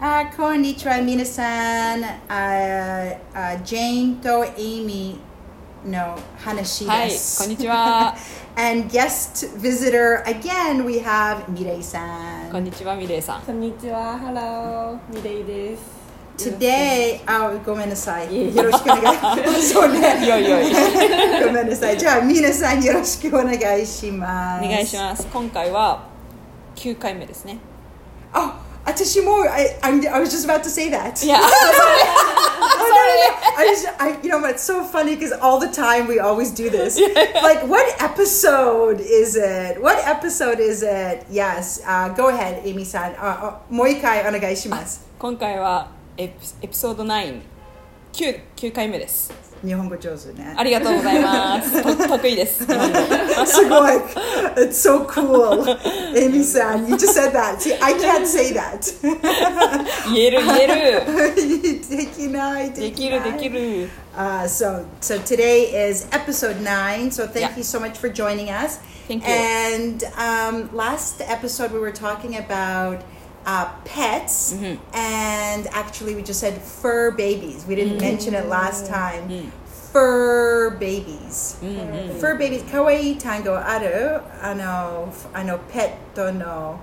あー、こんにちは、皆さん。あーあー、ジェーンとエイミーの話はでい、す。こんにち は。 And guest visitor again, we have Mirei こ san. んにちは、ミレイさん。こんにちは、ハロー、ミレイです。 Today, oh, あ、ごめんなさいえい。いえよろしくお願い。そうね。いよいよ い。ごめんなさい。じゃあ、皆さんよろしくお願いします。お願いします。今回は9回目 ですね。あ、私も、I, I'm, I was just about to say that. いや、Oh, No, no, no, no. I just, I, you know, it's so funny because all the time we always do this. Like, what episode is it? What episode is it? Yes. Uh, go ahead, Amy san. Uh, uh, もう一回お願いします。今回はエピエピソード9。9, 9回目です日本語上手ね。ありがとうござい ますと得意です日本語すごい。It's so cool. Amy san, you just said that. See, I can't say that. 言える 言えるできない、できるできる Uh, so so today is episode nine. So thank Yeah. you so much for joining us. Thank you. And um, last episode we were talking about uh, pets, Mm-hmm. and actually we just said fur babies. We didn't mention it last Mm-hmm. time. Fur babies. Mm-hmm. Fur babies. Kawaii tango aru. Ano ano pet to no.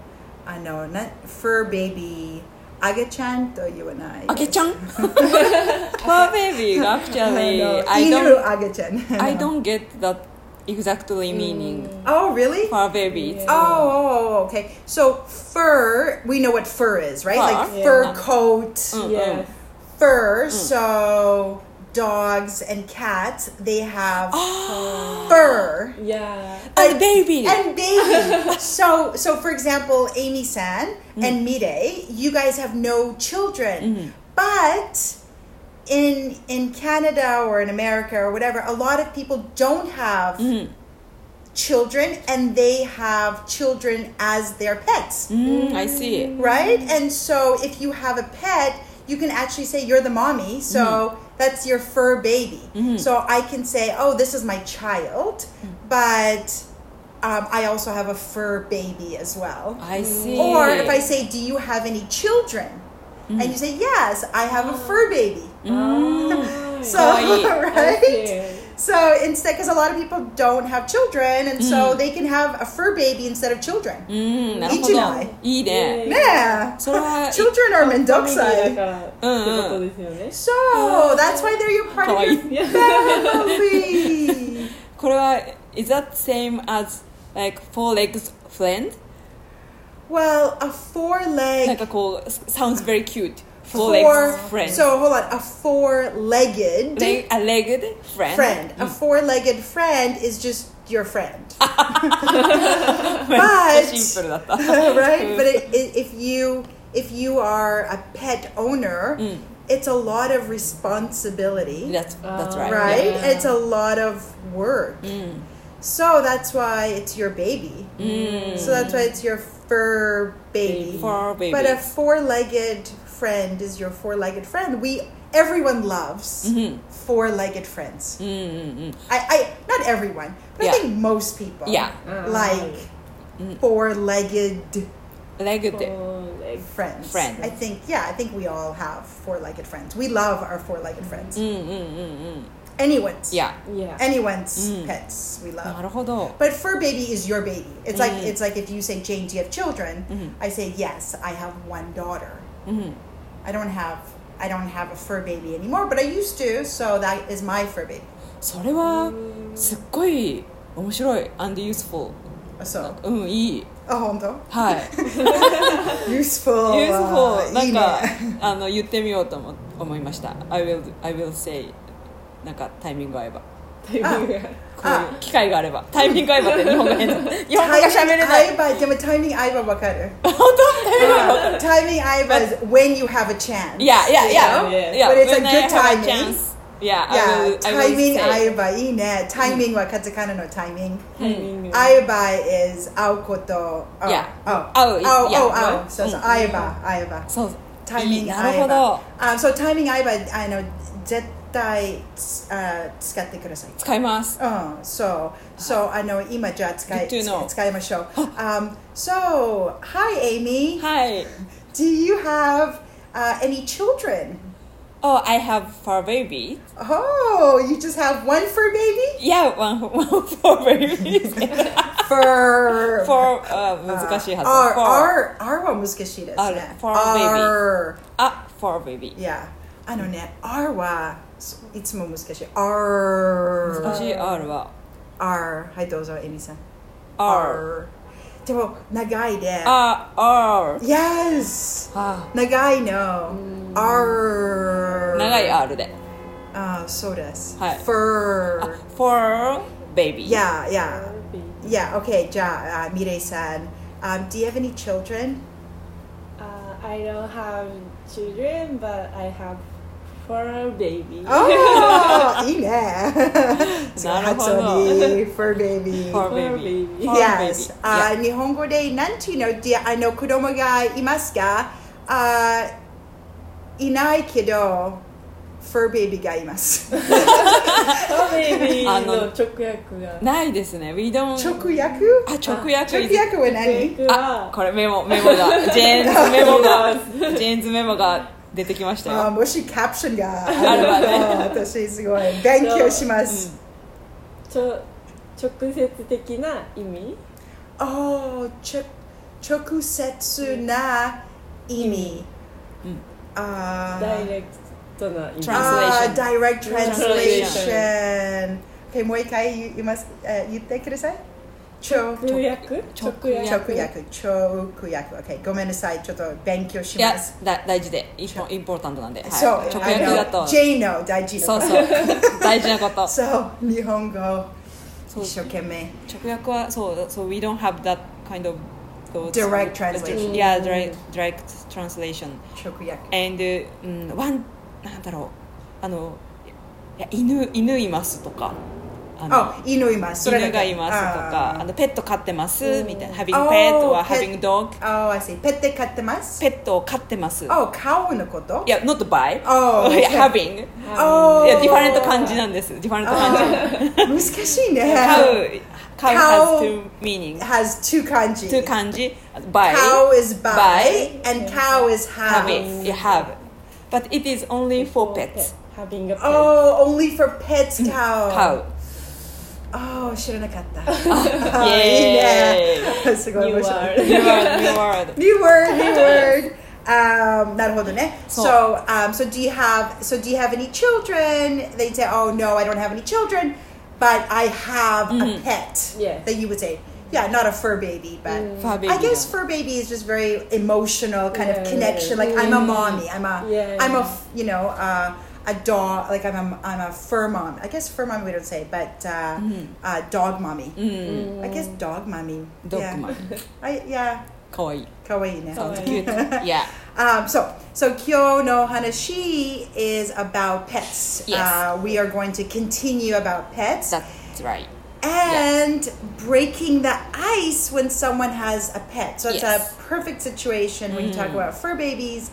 Ano na fur baby. Aga-chan to you and I. あげ ちゃんパーベイビーが actually I Inu don't, aga-chan. I don't get that exactly meaning Oh, really? fur baby it's Oh, oh, oh, okay. So fur, we know what fur is, right? Fur. Like fur coat, Yes. fur. So dogs and cats, they have Oh. fur Yeah. a baby and baby. so, so for example, Amy San and Mire, you guys have no children, but in in Canada or in America or whatever, a lot of people don't have children, and they have children as their pets, うん I see right? And so, if you have a pet. You can actually say you're the mommy, so that's your fur baby. So I can say, oh, this is my child, but um, I also have a fur baby as well. I see Or if I say, do you have any children? And you say, yes, I have a fur baby. So, Kawaii. right? Okay. So instead, because a lot of people don't have children, and so they can have a fur baby instead of children. Mm-hmm. うんなるほいいじどゃないいいね Yeah. それは children are ダメ mendoksai. だからってことですよね。 So Oh. that's why they're your part かわい of い your family. これは Is that same as like four legs friend? well, a four なん leg. かこう Sounds very cute Four Four, legs friend so hold on, a four-legged Leg- A legged friend Mm. friend. A four-legged friend is just your friend. but シンプルだった right, but it, it, if you if you are a pet owner, Mm. it's a lot of responsibility, That's, that's right, Mm. right? Yeah. It's a lot of work. So that's why it's your baby. So that's why it's your fur baby. Mm. Fur baby. But a four-legged friend is your four-legged friend. We everyone loves Mm-hmm. four-legged friends. うんうんうん I, I not everyone, but I Mm-hmm. Yeah. think most people. Yeah. Mm-hmm. Ah. Like four-legged Legged そうね friends. Friends. I think yeah, I think we all have four-legged friends. We love our four-legged friends. うんうんうんうん Anyone's. Mm-hmm. Yeah Mm. Yeah. Anyone's pets we な love. るほど But fur baby is your baby. It's like Mm. it's like if you say Jane, do you have children? Mm-hmm. I say yes, I have one daughter. うん I don't have I don't have a fur baby anymore, but I used to, so that is my fur baby. それはすっごい面白い And useful So うんいい oh, though はい useful. uh, useful なんか いいね。あの言ってみようと思思いました I will, I will say なんかタイミング合えばタイミングが。こう Ah, いう機会があればタイミング合えばって日本語変 だ日本語が喋れない タイミング合えば、でもタイミング合えば分かる。timing is when you have a chance. いやいやいや Yeah, いや but it's a when I good have a timing. chance Yeah, I Yeah, will, I will timing say. 合えばいいね。timing はカタカナのtiming。タイミング。会えば is oh, 会うこと。会う Yeah. 会う。会会うう Yeah. Mm. 会ううんそうそう。うん会えば会えば。そうタイいミいングな会るえほばど。あ、そうタイミング合えばあの絶対つあ使ってください。使いますうん、そう、そう、あの、今じゃあ使い、 Good to Ah. know. Oh. 使いましょう。Um, so, Um, hi Amy, はい do you have、 uh, any children? Oh, I have four babies. Oh, you just have one fur baby? Yeah, one, one four babies. Fur. four, uh, 難しい R, はず。four. R, R は難しいですあるね。 fur baby R あ、four baby. yeah. あのね、R はいつも難しい。R。難しい R は R。はい、どうぞ、エミさん。 R。でも、長いで。あ、R。 Yes! あ長いの。R。長い Mm. R で。ああ、そうです。はい Ah, Fur. four baby. Yeah, yeah. Yeah, okay, じゃあ、ミレイさん。Um, do you have any children? Uh, I don't have children, but I have four babies. おーいいね。 なるほどに、フ baby。 four baby. baby. four yes. uh, baby. あ Yeah. 日本語でなんていうのであの子供がいますが、あいないけど、フ baby がいます。 Four babies あのの直訳が。ないですね。We don't. 直訳あ、直訳 is- 直訳は何直訳あは、これメモ、メモが。ジ ェーンズメモが、ジェーンズメモが出てきましたあよ。もしキャプションがああるわねれば、 私すごい勉強します。mm. ちょ直接的な意味あちょ直接な意味。うんあダイレクトな意味。 Trans- Translation. Ah, direct Translation. translation. Okay, もう一回 you, you must, uh, 言ってください。直直訳直訳直訳、直訳。Okay, ごめんなさい。ちょっと勉強しいやます。、だ大事で、一本インポータントなんで。はいそう、直訳だと。 J の大事そうそう。 大事なこと。そう、日本語そう一生懸命。直訳はそう、そう、we don't have that kind of those- Direct translation. Yeah, direct, direct translation. 直訳。 And、うん、ワン、なんだろう、あの、いや犬、犬いますとか、あの、あ、犬います。それだ犬けがいますと Ah. か、あ。のペット飼ってますみたいな、having pet おー or ペッ having dog、あ、oh, I see. ペット飼ってます。ペットを飼ってます。いあ、顔のことや、not by、 おーいや having。おーいや、ディファレン ト漢字なんです。ディファレント漢字。あー難しいね。飼う、飼う has 顔 two meaning。 has two kanji. two 漢字、by、 Cow is by, by and cow is have. having、you have。But it is only for pets。 having a pet. Oh, only for pets, cow. 飼う。 Oh, 知らなかった。 Oh, イエいいね。すごい You 面白い。ーイ New word, new word. New word, new word. Um, なるほどね。そう So, um, so do you have, so do you have any children? They say, oh no, I don't have any children, but I have a pet. Yes. That you would say, yeah, not a fur baby, but. Fur baby I guess fur baby is just very emotional kind of Yeah. connection. Like I'm a mommy. I'm a Yeah. am a you know uh, a dog. Like I'm a I'm a fur mom. I guess fur mom we don't say, but uh, uh, dog mommy. うん。 I guess dog mommy. ドッ yeah. グマン。 I yeah. かわいい。 Kawaii 可愛い。 Sounds cute. Yeah. Um, so, so Kyo no Hanashi is about pets. Yes. Uh, we are going to continue about pets That's right. and breaking the ice when someone has a pet. So it's Yes. Mm. a perfect situation when you talk about fur babies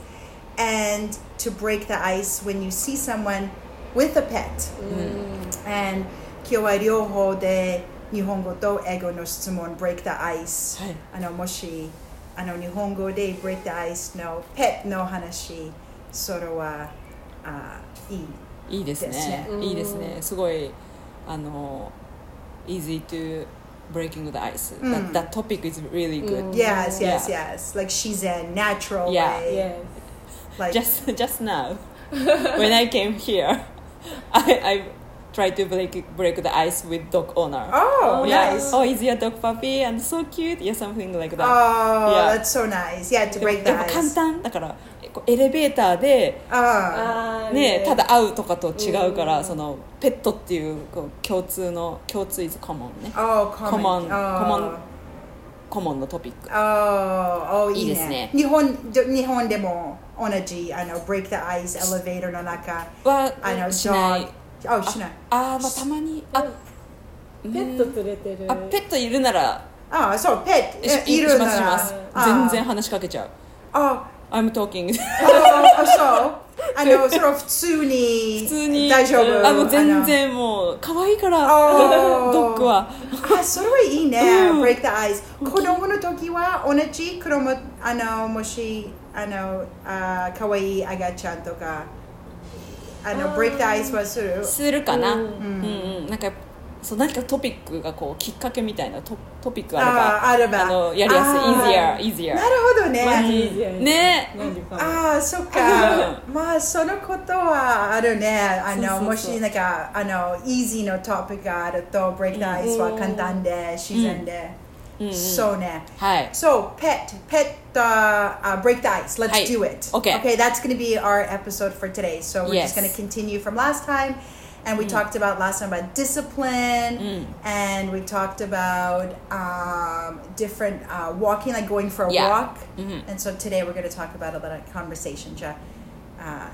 and to break the ice when you see someone with a pet. Mm. And 今日は両方で日本語と英語の質問 break the ice、はいあのもしあの日本語で break the ice のペットの話それはあいいいいですですねね。いいですね。すごい、あの、easy to breaking the ice. うん That, that topic is really good. Yes, yes, Yeah. yes. Like she's a natural Yeah. way. Yes. Like Just, just now, when I came here, I, I tried to break, break the ice with dog owner. oh, yeah. nice. Oh, is your dog puppy and so cute? Yeah, something like that. Oh, Yeah. that's so nice. Yeah, to で break Oh. the もやっぱ簡 ice. 単だからこうエレベーターで、 Ah, あーね yes. ただ会うとかと違うから、そのペットっていうこう共通の共通 is common ね oh, common. common, Oh. common, common のトピック Oh, oh, いいね。いいですね日本で日本でも同じあの break the ice elevator の中はあのしない Ah. dog あしない。あー、まあたまにあペット連れてる。あペットいるならああそうペットしいしるなまらすしますあ全然話しかけちゃうあ I'm talking ああそうあのそれは普通に 普通に大丈夫あもう全然もう可愛いからあー ドッグはあそれはいいね、うん break the ice 子供の時は同じ子供あのもしあのあーかわいい赤ちゃんとかあのブレイクダイスはするするかな、ううんん、うんなんかそう何かトピックがこうきっかけみたいなトトピックあーああれればばのやりやすいあ easier easier なるほどね、マジね何かああそっかまあそのことはあるねあのそうそうそうもしなんかあのイージーのトピックがあるとブレイクダイスは簡単で自然で、うんうんそうねはい So pet, pet, uh, uh, break the ice. Let's Hi. do it. Okay. Okay, that's going to be our episode for today. So we're Yes. Mm. just going to continue from last time, and we talked about last time about discipline, and we talked about um, different uh, walking, like going for a Yeah. Mm-hmm. walk. And so today we're going to talk about a little conversation. Ja, uh,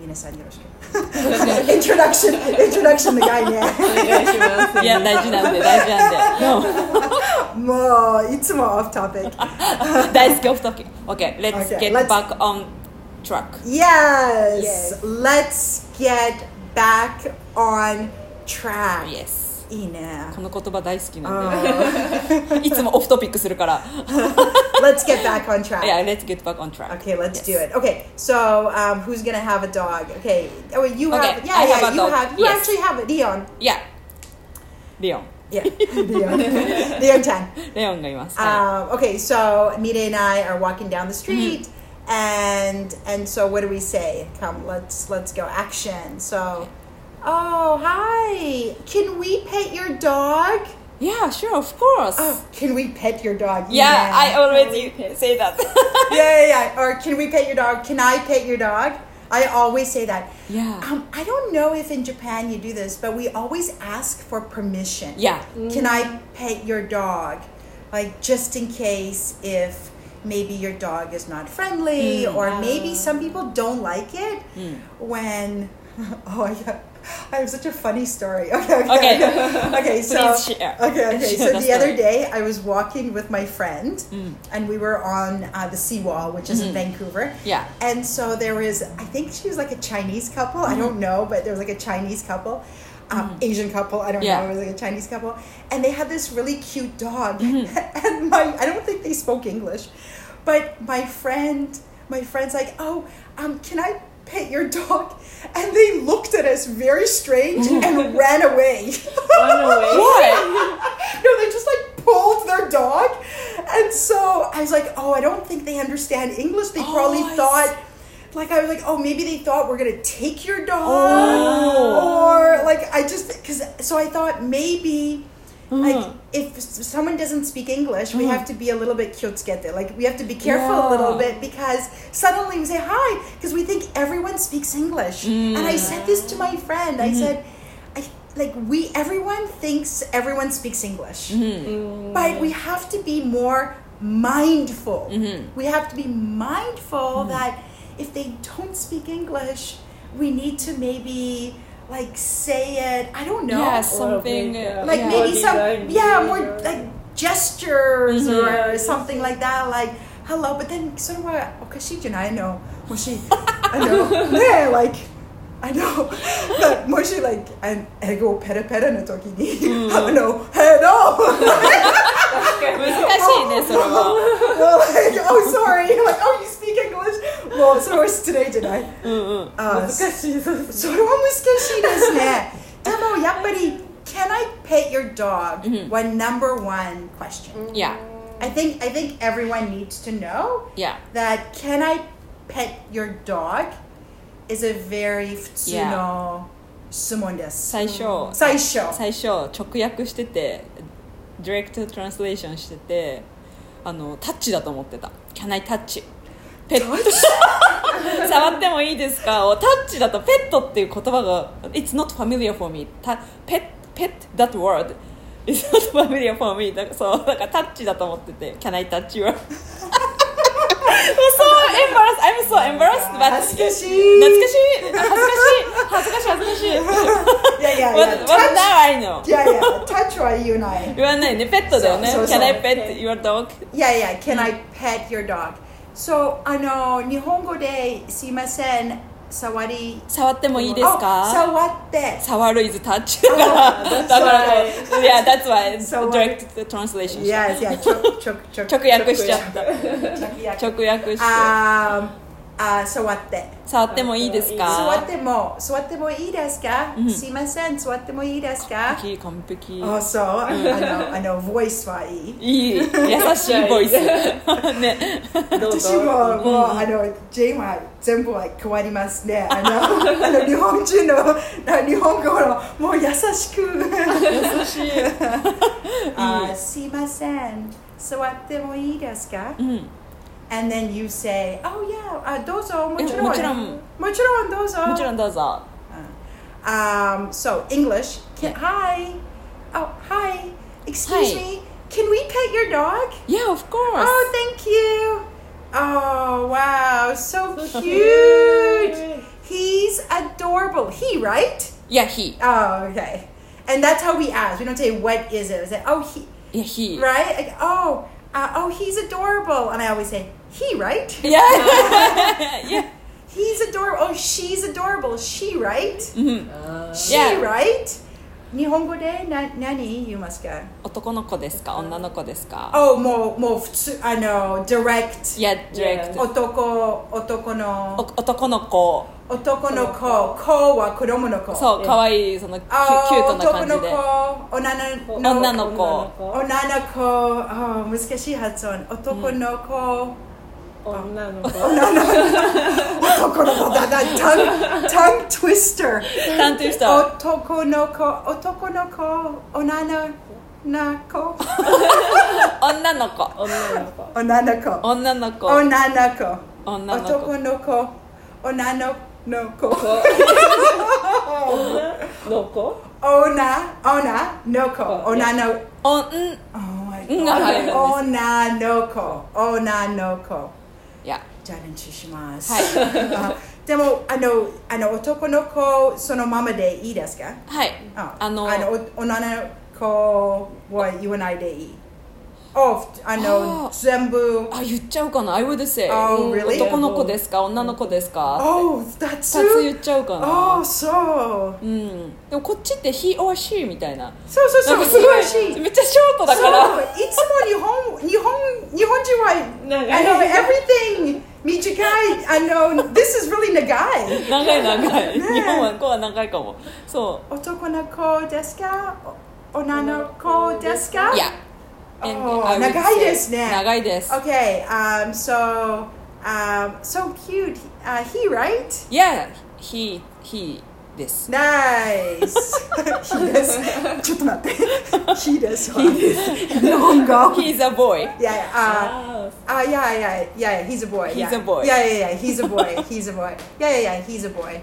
minasan yoroshiku. introduction, introduction. The guy, yeah. お願いしますいや大事なんで大事なんで No Mo, it's more off topic. 大好きオフトピック OK let's Okay, get let's- back on track Yes. Yes. Let's get back on track. Oh, Yes いいね。 この言葉大好きなんでいつもオフトピックするから Let's get back on track. いや let's get back on track Okay, let's do Yes. it. Okay, so um, who's gonna have a dog? Okay, oh wait, you Okay, have. Yeah, I yeah, have a you dog. have. You Yes. actually have it, Leon. いやレオン Yeah, Leon. Leon Chan. レオンがいます、は Um, い okay, so Mire and I are walking down the Mm-hmm. street, and and so what do we say? Come, let's let's go action. So, oh hi, can we pet your dog? Yeah, sure, of course. Oh, can we pet your dog? yeah, I Okay. always say that. I. Yeah, yeah, yeah. Or can we pet your dog? Can I pet your dog? I always say that. Yeah. Um, I don't know if in Japan you do this, but we always ask for permission. yeah. Can I pet your dog? Like just in case if maybe your dog is not friendly Hmm, or maybe some people don't like it when oh yeah. I have such a funny story. Okay, Okay. okay. Okay, so Please share. Okay, okay. Share So the the other story. day Hmm. I was walking with my friend and we were on uh, the seawall, which is in Vancouver. Yeah. And so there was, I think she was like a Chinese couple. I Mm-hmm. don't know, but there was like a Chinese couple, um, Asian couple. I don't Yeah. know. It was like a Chinese couple, and they had this really cute dog. Mm-hmm. and my, I don't think they spoke English, but my friend, my friend's like, oh, um, can I pet your dog? And they looked at us very strange Mm-hmm. and ran away. Run away? What? no, they just like pulled their dog. And so I was like, oh, I don't think they understand English. They probably Oh, I thought, like, I was like, oh, maybe they thought we're gonna take your dog, Oh. or like, I just because. So I thought maybe. Uh-huh. Like if s- someone doesn't speak English, we have to be a little bit kyotsukete. Like we have to be careful a little Yeah. bit because suddenly we say hi because we think everyone speaks English. And I said this to my friend. Mm-hmm. I said, I, like we everyone thinks everyone speaks English Mm-hmm. but we have to be more mindful. We have to be mindful that if they don't speak English, we need to maybe like say it. I don't know, Yeah, Or something. make, uh, like yeah. maybe Body some language yeah, more or- like gestures Mhm. or something like that. Like hello, but then sort of what? Okay, she and I know. Was she? I know. Yeah, like. I know. But もし、like, あ英語ペラペラの時に、 あの、hello! 難しいね、それは。 well, like, oh, sorry. Like, oh, you speak English? Well, so was today, did I? うんうん。 Uh, それは難しいですね。でも、やっぱり、can I pet your dog? Mm-hmm. One number one question. Yeah, I think, I think everyone needs to know yeah. that can I pet your dog is a very 普通の質問です。最初、最初。最初、直訳してて、ディレクトトランスレーションしてて、あの、タッチだと思ってた。Can I touch? ペット触ってもいいですかをタッチだとペットっていう言葉が It's not familiar for me たペッペッ that word It's not familiar for me だからそうだからタッチだと思ってて Can I touch you? I'm so embarrassed I'm so embarrassed but 恥ずかしい懐かしい恥ずかしい恥ずかしい恥ずかしい Yeah, yeah, What, yeah. what Touch- now I know Yeah, yeah. Touch or you and I. 言わないねペットだよねそうそうそう Can I pet your dog? Yeah, yeah. Can I pet your dog? So, あの、日本語で、すいません、触り触ってもいいですあか触って触る is touch だからだ that's から yeah that's why So direct translation し Yes, yeah, ちょちょちょ た直訳しちゃった直訳直訳してあーあー触って触ってもいいです座っかても座ってもいいですか、すいません座ってもいいですか完璧完璧あそう あのあのボイスはいいいい優しいボイスねどうぞ私ももう、あのジェイは全部は変わりますね あのあの日本人のな日本語のもう優しく優しい あすいません座ってもいいですか、うん And then you say oh yeah あどうぞもちろんもちろんもちろんどうぞもちろんどうぞ Um, so English. Can, Yeah. Hi. Oh, hi. Excuse Hi. me. Can we pet your dog? Yeah of course Oh, thank you. Oh, wow. So cute. He's adorable. He, right? Yeah he Oh, okay. And that's how we ask. We don't say what is it. We say, oh, he, Yeah he right? Like, oh, uh, oh, he's adorable. And I always say, he, right? Yeah Yeah He's adorable. Oh, she's adorable. She, right? あ She, Yeah. right? 日本語でな何言いますか男の子ですか女の子ですかおもうもう普通あの direct Yeah direct Yeah. 男男おの男の子男の子子は子供の子そうえ可愛いそのキュあキュートな感じで男の子女の女の子女の子あ難しい発音男の子、女の 子男の子だだタンタントゥイスタータントゥイスター男の子男の子女の子女の子女の子女の子女の子女の子女の子男の子女の子の子女女の子あ女のおん Oh my んが入るんです God Oh, 女の子女の子いやチャレンジします、 あ Uh, でもあのあの男の子そのままでいいですかはいあのあのお女の子は言わないでいいおあのあー全部あ言っちゃうかな I would say Oh, really? 男の子ですか女の子ですか Oh that's 二つ言っちゃうかな Oh そううんでもこっちって he or she みたいなそうそうなそんうかすごい素晴らしいめっちゃショートだからそういつも日本日本日本人は長いあの everything 短いあの this is really 長い長い長いねえ日本は子は長いかもそ男の子ですかお女の子ですかういや Oh, 長いですね長いです Okay um so um so cute uh, he right Yeah he he ですナイス he ですちょっと待って he ですわ日本 語 He's a boy yeah uh, あ Uh, yeah, yeah, yeah, yeah, he's a boy. He's yeah. a boy. Yeah, yeah, yeah, he's a boy. he's a boy. Yeah, yeah, yeah, he's a boy.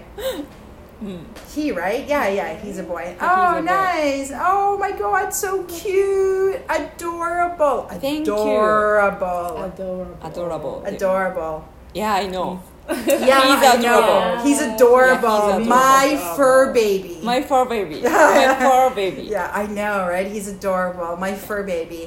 He, right? Yeah, yeah, he's a boy. Hmm. a Oh, boy. nice. Oh, my God, so cute. Adorable. Thank you. adorable. ー adorable Adorable Adorable. Yeah I know Yeah, He's I know. adorable. He's adorable. Yeah, he's My adorable. fur baby. My fur baby My fur baby yeah, I know, right? He's adorable. My fur baby.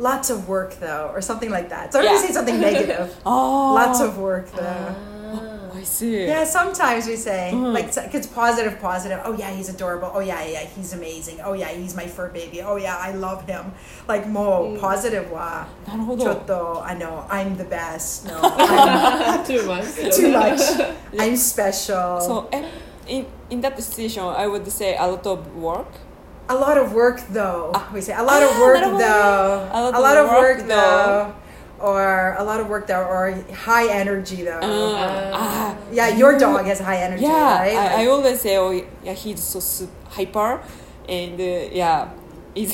Lots of work, though, or something like that. So I'm going Mm-hmm. Yeah. to say something negative. ああ Lots of work, though. Oh, I see Yeah, sometimes we say Mm-hmm. like so- it's positive, positive. Oh yeah, he's adorable. Oh yeah, yeah, he's amazing. Oh yeah, he's my fur baby. Oh yeah, I love him. Like more Mm. positive wa. なるほど Chotto, I know I'm the best. No, I'm too much too much. I'm special. そうえ eh, in, in that situation I would say a lot of work a lot of work though. we say a lot Ah, of work not a lot of though. work. A lot a of lot of work, work though. Or a lot of work though. Or high energy though. うんあ yeah, your dog has high Uh, energy, Uh, ah, Yeah right? I, I Like- always say oh yeah he's so su- hyper and uh, yeah is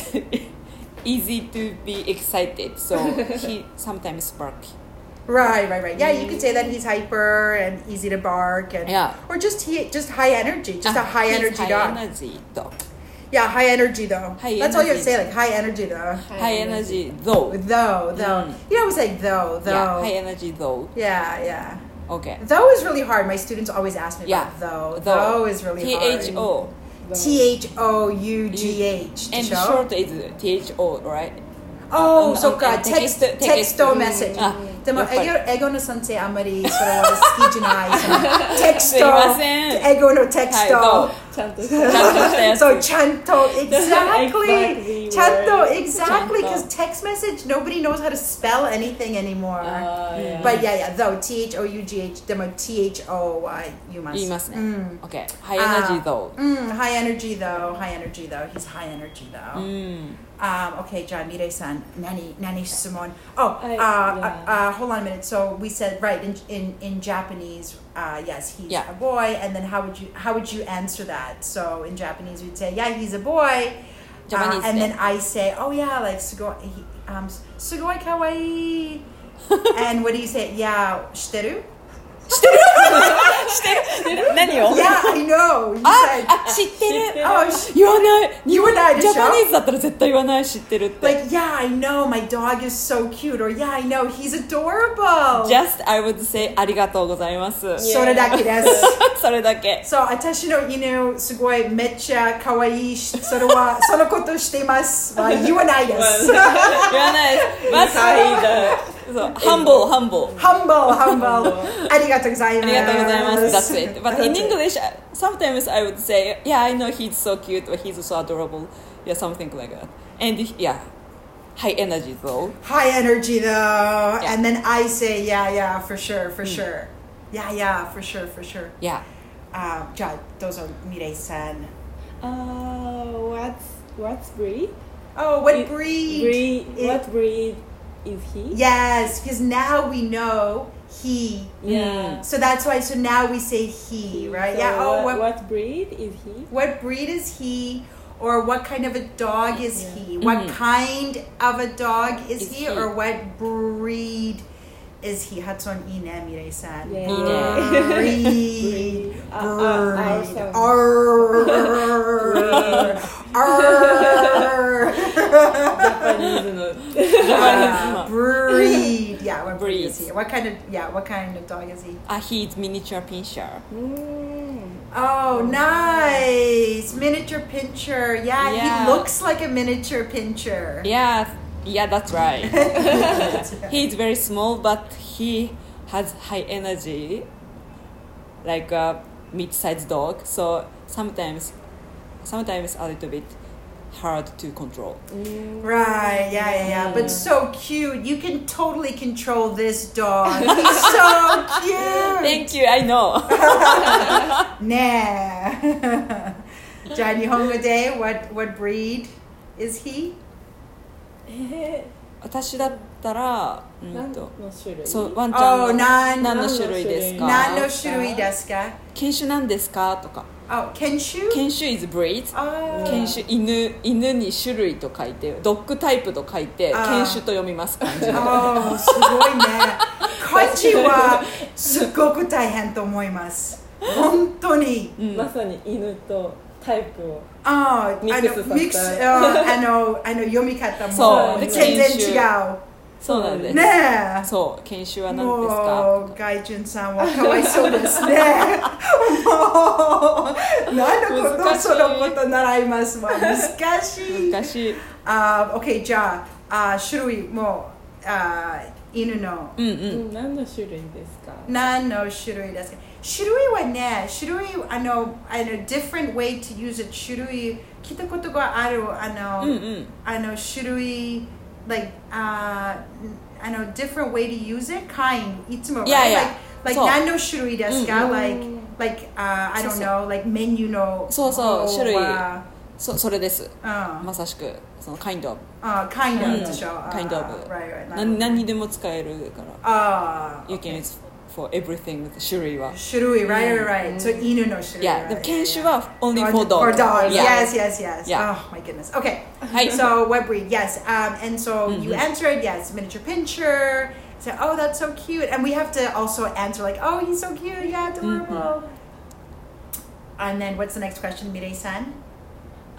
easy to be excited so he sometimes bark Right, right, right. Yeah, you could say that he's hyper and easy to bark, and Mm. Yeah. or just he just high energy, just a Ah, high he's energy high dog. energy dog yeah, high energy though. High That's all you have to energy. say, like high energy though. high energy though Though, though. Mm. You know, it's like though, though. yeah high e- energy though yeah, yeah. okay Though is really hard. My students always ask me yeah about though. though. is really T hard. H O T H O U G H. and Show? short is T H O right Oh, Um, so um, God, and text, text- Oh, text, text- or message. Ah, でもやっぱりエゴエゴの先生あんまりそれは好きじゃないそのテクスすいまトせんエゴのテクスト、はいどうちゃんちゃんととした やつそうちゃんと exactly Exactly ちゃんと words. exactly ちゃんと because text message nobody knows how to spell anything anymore あー Uh, yeah but yeah yeah though T H O U G H でも T H O I you must 言いますね、うん OK ハイエナジー ゾ Mm, high energy though high energy though he's high energy ー though ン、うん、 Um, okay, John, Mirai-san, nani, nani sumon. Oh, uh, I- uh, yeah. uh, hold on a minute. So we said right in in, in Japanese, uh, yes, he's Yeah. a boy. And then how would you how would you answer that? So in Japanese, we'd say, yeah, he's a boy. Uh, Japanese and day. then I say, oh yeah, like sugoi, he, um, sugoi kawaii. and what do you say? Yeah, shiteru. 何を Yeah, I know. You あ said, あ知ってる oh, sh- 言わない言わないでしょジャパニーズだったら絶対言わない知ってるって、 like yeah, I know. My dog is so cute. Or yeah, I know he's adorable. Just I would say ありがとうございます、Yeah. それだけです。 それだけそう、私の犬、すごいめっちゃ可愛いし、それは、そのことしています。は言わない です。言わないですまずはいいだそう humble humble humble, humble. ありがとうございまあす。りがとうございます。That's it. But in English, I- sometimes I would say, Yeah, I know he's so cute, or he's so adorable. Yeah, something like that. And yeah, high energy though. High energy though. Yeah. And then I say, yeah, yeah, for sure, for sure. Yeah, yeah, for sure, for sure. Um, Yeah. あじゃあ、どうぞ、ミレイさん。 Uh, what's what's breed? Oh, what It- breed? Breed. It- What breed is he? Yes, because now we know he. Yeah. So that's why, so now we say he, right? So yeah, oh, what, what, what breed is he? what breed is he or what kind of a dog is Yeah. he what kind of a dog is, Is he, he. or what breed is he hatsun ine mirei-san Yeah. Yeah. breed Uh, uh, breed awesome. Arr. Arr. Japanese no. Uh, breed yeah what breed, is Breed. he what kind of yeah what kind of dog is he Ah, he's miniature pincher. Mm. Oh, nice! Miniature pincher. Yeah, Yeah. he looks like a miniature pincher. Yeah, yeah, that's right. he's very small, but he has high energy, like a mid-sized dog. So sometimes, sometimes a little bit hard to control. Mm. Right, yeah, yeah, yeah. But so cute. You can totally control this dog. He's so cute. Thank you. I know. Nah. John Hongo Day, what what breed is he? え私だったら、うー、なんんとの、種類？そうワンちゃんの Oh, nan 何の種類ですか？ nan no shurui desu ka? 犬種なんですかとか、 Oh, kenshu? 犬種 is breed。 Oh. 犬種犬犬に種類と書いて、ドッグタイプと書いて、あー犬種と読みます感じ。 Oh, すごいね。漢字はすっごく大変と思います。本当に。うんまさに犬とタイプを。ああ、ミあックスの、ミックさせス、たあーあの、あの読み方そうもで全然違そうなんでう。す。ねそう犬種はえ。何ですもか？う外人さんはかわいそうですね。もう何のこと難しいそのこと習いますわ。難しい。難しい。あー、OK、じゃあ、あー種類もあー犬の。うんう。うんん、何の種類ですか？何の種類ですか種類はね種類あのあの different way to use it 種類聞いたことがあるあの、うんうん。あの種類 like、ああの different way to use it kind いつもいやいや like, like そう何の種類 hmm. ですか、うん like like、あ I そう don't そう know like メニューのそうそう方種類はそそれです。うん、まさしくその kind of あ uh, kind うん of でしょ、あ Hmm. kind right of uh, right 何何にでも使えるから。あー You can use for everything 種類は。種類 right right right、so Hmm. 犬の種類いや right でも right, 犬 right. 種は only Or for d- or dogs. dogs. Yeah. Yes, yes, yes. Yeah. Oh my goodness. Okay. はい。 So what breed? Yes. Um, and so Mm-hmm. you answered yes, miniature pincher. Say, oh, that's so cute. And we have to also answer like, oh, he's so cute. Yeah, adorable. Mm-hmm. And then what's the next question, Mirei-san?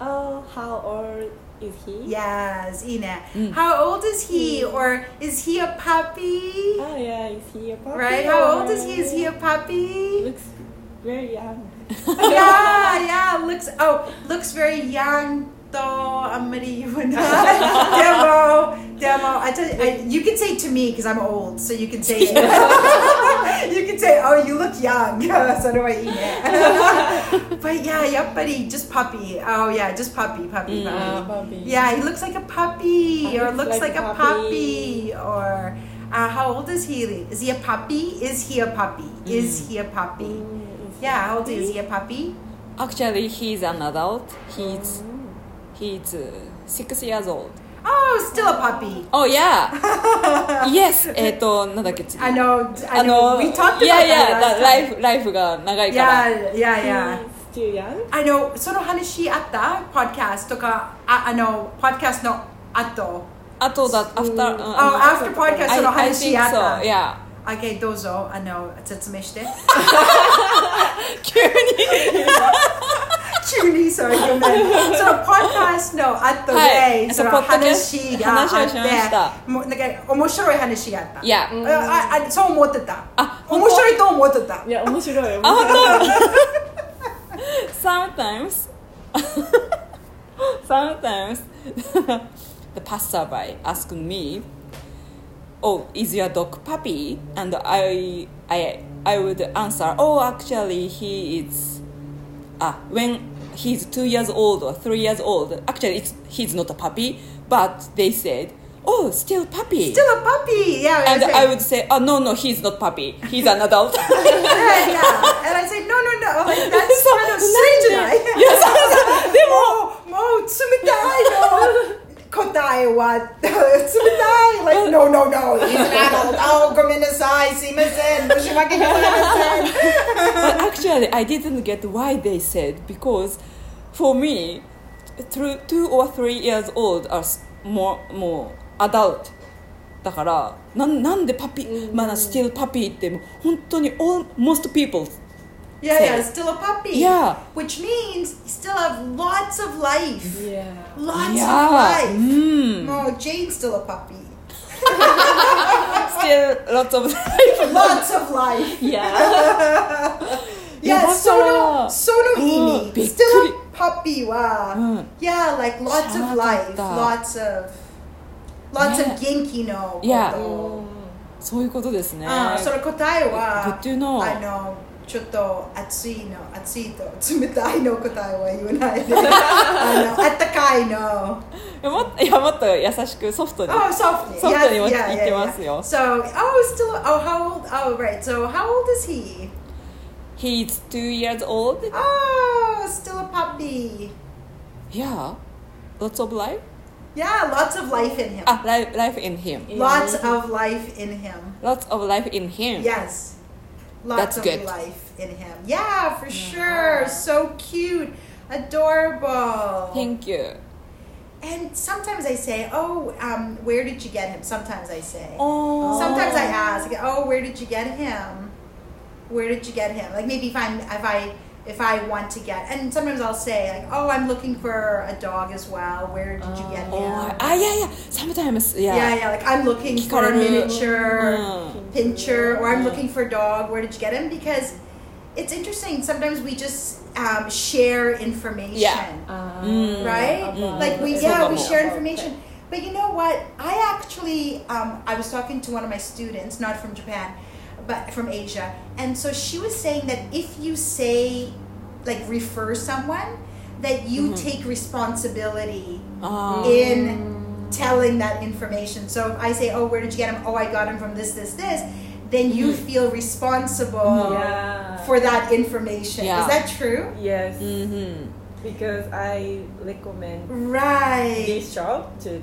Mm-hmm. Oh, how old is he? Yes, Ina. Mm. How old is he? Or is he a puppy? Oh yeah, is he a puppy? Right? How old is he? Is he a puppy? Looks very young. yeah, yeah. Looks oh, looks very young. とあんまり言わ ないでもでも I tell you, I, you can say to me because I'm old so you can say it. you can say oh you look young それはいいね but yeah やっぱり just puppy oh yeah just puppy puppy puppy Uh, Bobby. yeah he looks like a puppy He or looks Mm. looks like like a a puppy or uh, how old is he is he a puppy is he a puppy is he a puppy Mm, yeah how old is he a puppy Actually, he's an adult. He's he's uh, six years old. oh still a puppy Oh yeah. yes. えっとなんだっけ次。 I know. I あ know. の We talked about yeah yeah that last ライフライフが長いから time. Yeah, yeah, yeah. He's too young. hmm. I know. その話あった podcast とか、ああの、podcast の後。あとだ after うん Oh, after podcast その Uh-uh. I I think 話あ so っ yeah た。Okay, どうぞ。あの、説明して。 急に急にそういうね。その podcast の後はいで、そのポッドキャス話があ話をっしましたて、もうなんか面白い話があった。いやあああそう思ってた。あ本当面白いと思ってた。いや、面白い。面あ Oh, 白い本当 sometimes sometimes the passerby asked me oh is your dog puppy and i i i would answer oh actually he is ah when he's two years old or three years old actually it's he's not a puppy but they said oh still puppy Still a puppy. Yeah. and that's it. i would say oh no no he's not puppy he's an adult yeah, yeah. And I say, no, no, no. Like, that's So, kind of strange, right? いやそうそう でももう冷 たいの答え は冷たい like no no no he's an adult oh ごめんなさいすいません申し訳ございません but actually, I didn't get why they said because for me, through two or three years old are s- more more adult. だからなんなんでパピ、まだ still パピってもう本当に all most people yeah yeah still a puppy Yeah. which means you still have lots of life Yeah. lots of yeah Mm. life うん no Jane's still a puppy still lots of lots of life yeah yeah だそからのその意うん味び still っく a puppy りはうん yeah like lots of 知 life らな lots of lots of ね元気のこと Yeah そういうことですねあその答えは Good to know あのちょっと暑いの暑いと冷たいの答えは言わないであのあったかいのいやもっといやもっと優しくソフトに Oh, softly. ソフトにも Yes, yeah, 言ってます yeah, yeah. よ So, oh, still, oh, how old? Oh, right. So, how old is he? He's two years old Oh, still a puppy. Yeah. Lots of life? Yeah, lots of life in him. Ah, life, life in him. Lots of life in him. Lots of life in him. Yes. Lots That's of good. life in him. Yeah, for sure. So cute. Adorable. Thank you. And sometimes I say, "Oh, um, where did you get him?" Sometimes I say. Oh. Sometimes I ask, "Oh, where did you get him? Where did you get him?" Like maybe if I'm if I if I want to get, and sometimes I'll say like, "Oh, I'm looking for a dog as well. Where did you get him?" Oh, ah, yeah, yeah. Sometimes, yeah. yeah, yeah. Like I'm looking for a Kikaru. miniature Mm. pincher, or I'm looking for a dog. Where did you get him? Because it's interesting. Sometimes we just um, share information Mm. right? Uh, about- Like we, it's yeah, about we more share about information. But you know what? I actually, um, I was talking to one of my students, not from Japan, but from Asia, and so she was saying that if you say, like, refer someone, that you Mm-hmm. take responsibility Um, Ah. in telling that information. So if I say, "Oh, where did you get him? Oh, I got him from this, this, this," then you Hmm. feel responsible Yeah. um, for that information. Yeah. Is that true? Yes. Mhm. Because I recommend Right. this shop to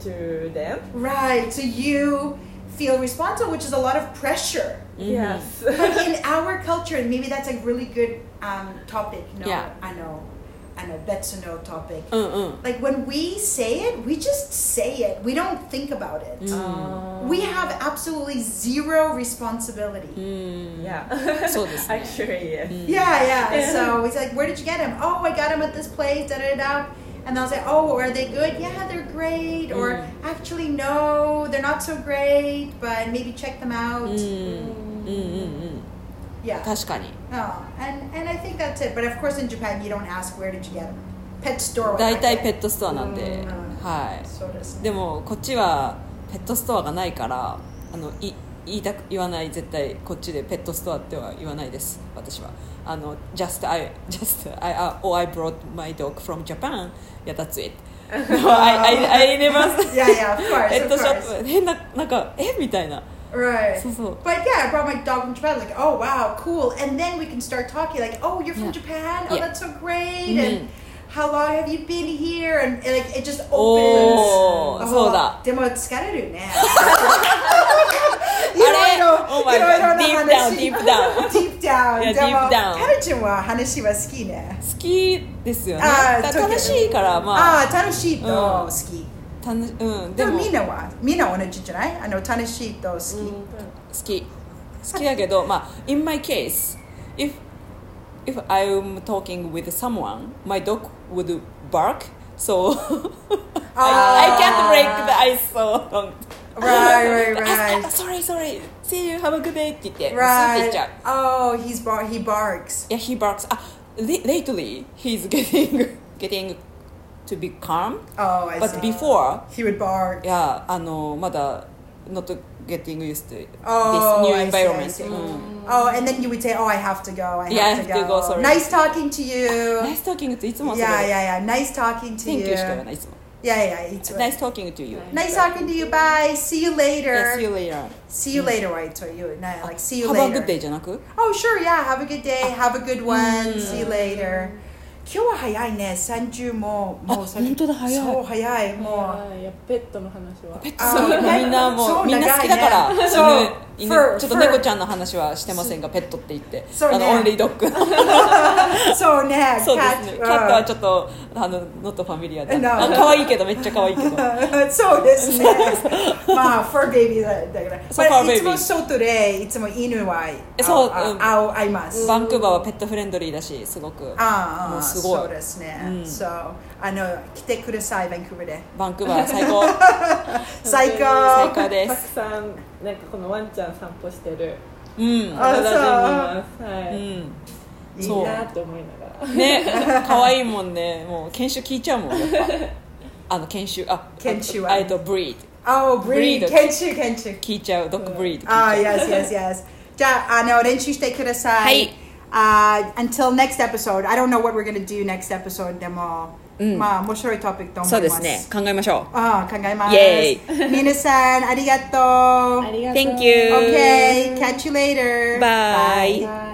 to them. Right. So you feel responsible, which is a lot of pressure. Mm-hmm. Yes. But in our culture, and maybe that's a really good um, topic. No, Yeah. I know, I know. That's a no topic. うんうん。 Like when we say it, we just say it. We don't think about it. Um, We have absolutely zero responsibility. うん。 yeah. そうですね。 Actually, yes. Yeah, yeah. Yeah. So he's like, "Where did you get him? Oh, I got him at this place." Da da da. And they'll say, "Oh, are they good? Yeah, they're great." Or actually, no, they're not so great. But maybe check them out. Mm. うん。Mm. うんうんうん。 Yeah. 確かに。 Oh, and and I think that's it. But of course, in Japan, you don't ask where did you get him. ペットストアは大体ペットストアなんで、うんはそうですい、ねでもこっちはペットストアがないからあのい言いたく言わない絶対こっちでペットストアっては言わないです私はあの just I just I I- oh I brought my dog from Japan yeah that's it no I I I never yeah yeah of course ペッ of トショ course. ップ変ななんかえみたいな Right. そうそう But yeah, I brought my dog from Japan. Like, oh wow, cool. And then we can start talking. Like, oh, you're from Yeah. Japan. Oh, Yeah. that's so great. Mhm. And how long have you been here? And, and, like, it just opens. おー a そう whole だ lot. でも疲れるね。 Oh my God. Deep down, deep down. Deep down. Yeah, deep でも、 down. 彼女は話は好きね。好きですよねあーだそう楽しいからまあ Ah, あ Oh. ー、楽しいと好き。たのうんででもも好みんなは、みんな同じじゃない？あの、楽しいと好き。Mm. き好きだけどまあ in my case if if I'm talking with someone my dog would bark so I, I can't break the ice so long Ah. Right, right, right. Ah, sorry sorry see you have a good day って言って過ぎてっ Right. ちゃう Oh, he's bar- he barks. Yeah, he barks. Ah, la- lately he's getting getting to be calm. Oh, I But see. before, he would bark. yeah, あのまだ not getting used to Oh, this new I see, I environment. Mm. see. うん Oh, and then you would say, "Oh, I have to go. I Yeah, I have, to, have to go. go, sorry. Nice talking to you. Nice talking to いつも yeah, それ yeah, yeah. Nice talking to Thank you. you しか言わないいつも。 Yeah, yeah. It's Nice talking to you. nice talking to you. Bye. See you later. Yeah, see See you you later. later. Right to you. No, like see you Have a later. good day Ah. Mm. じゃなく Oh, sure. Yeah. Have a good day. Have a good one. See you later. Ah, 今日は早いね。30も、もう30。あ、本当だ、早い。そう、早い。もう。いやペットの 話はペットあさんーみんなもそううみんな好きだから長いねそう犬フ犬ーちょっとフー猫ちゃんの話はしてませんがペットって言ってそうねあのオンリードッグのそうね、 そうですね。キャットは ちょょっとあのノットファミリアで、 No. あ可愛いけどめっちゃ可愛いけど。っと。 そうですね。 まあ、ファーベイビーだだから。そうまあ fur baby um, いつも外で、いつも犬はえそうあうんあ会います。バンクーバーはペットフレンドリーだし、すご Ah, く。あもあ、うすごいそうですね。うんそう。あの、来てください、バンクーバーで。バンクーバー最 高最高。最高でたくす。さんなんかこのワンちゃん散歩してるうん。あ体で見そますはうい、ん。いいいいそなと思いながう。ね、可愛いもんね。もう犬種聞いちゃうもん。やっぱあの犬種あ、犬種はあえっとブリードあブリード、breed 研修、研修。聞いちゃうドッグブリード。ああ、聞いちゃう Ah, yes, yes, yes. ah, じゃあ、あの、練習してください。はい。あー Uh, until next episode. I don't know what we're gonna do next episode でも、うんまあ、面白いトピックと思います。そうですね。考えましょああ、考えます。イエ皆さん、ありがとらあう。りがとう Thank you Okay, catch you later. Bye. Bye.